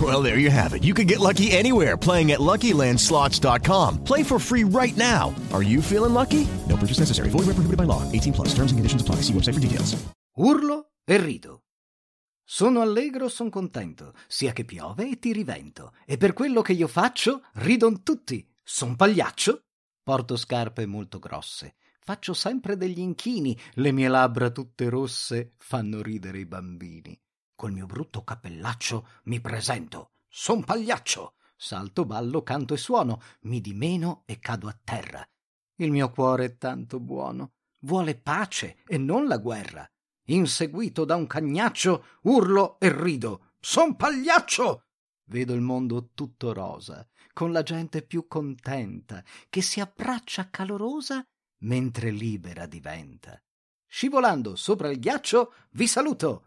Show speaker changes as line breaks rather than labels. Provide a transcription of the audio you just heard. Well, there you have it. You can get lucky anywhere playing at LuckyLandSlots.com. Play for free right now. Are you feeling lucky? No purchase necessary. Void where prohibited by law. 18 plus. Terms and conditions apply. See website for details.
Urlo e rido. Sono allegro, son contento, sia che piove e ti rivento. E per quello che io faccio, ridon tutti. Son pagliaccio. Porto scarpe molto grosse. Faccio sempre degli inchini. Le mie labbra tutte rosse fanno ridere i bambini. Col mio brutto cappellaccio mi presento. Son pagliaccio. Salto, ballo, canto e suono. Mi dimeno e cado a terra. Il mio cuore è tanto buono. Vuole pace e non la guerra inseguito da un cagnaccio, urlo e rido. Son pagliaccio! Vedo il mondo tutto rosa, con la gente più contenta, che si abbraccia calorosa mentre libera diventa. Scivolando sopra il ghiaccio, vi saluto.